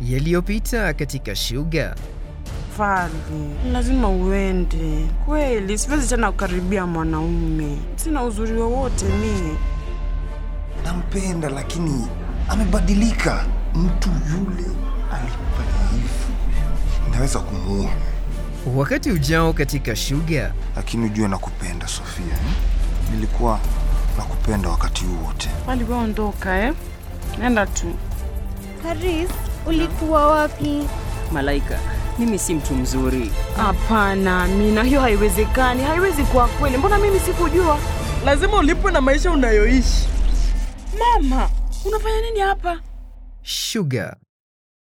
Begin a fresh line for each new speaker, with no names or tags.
yaliyopita katika Shuga.
Fadhi, lazima uende kweli. Siwezi tena kukaribia mwanaume, sina uzuri wowote mie.
Nampenda, lakini amebadilika. Mtu yule alikuwa dhaifu, naweza kumuua,
Wakati ujao katika Shuga,
lakini ujue nakupenda Sofia eh? Nilikuwa nakupenda wakati huu wote.
Bali we ondoka eh? Nenda tu.
Haris, ulikuwa wapi?
Malaika, mimi si mtu mzuri.
Hapana Amina, hiyo haiwezekani, haiwezi kuwa kweli. Mbona mimi sikujua? Lazima ulipwe na maisha unayoishi. Mama, unafanya nini hapa?
Shuga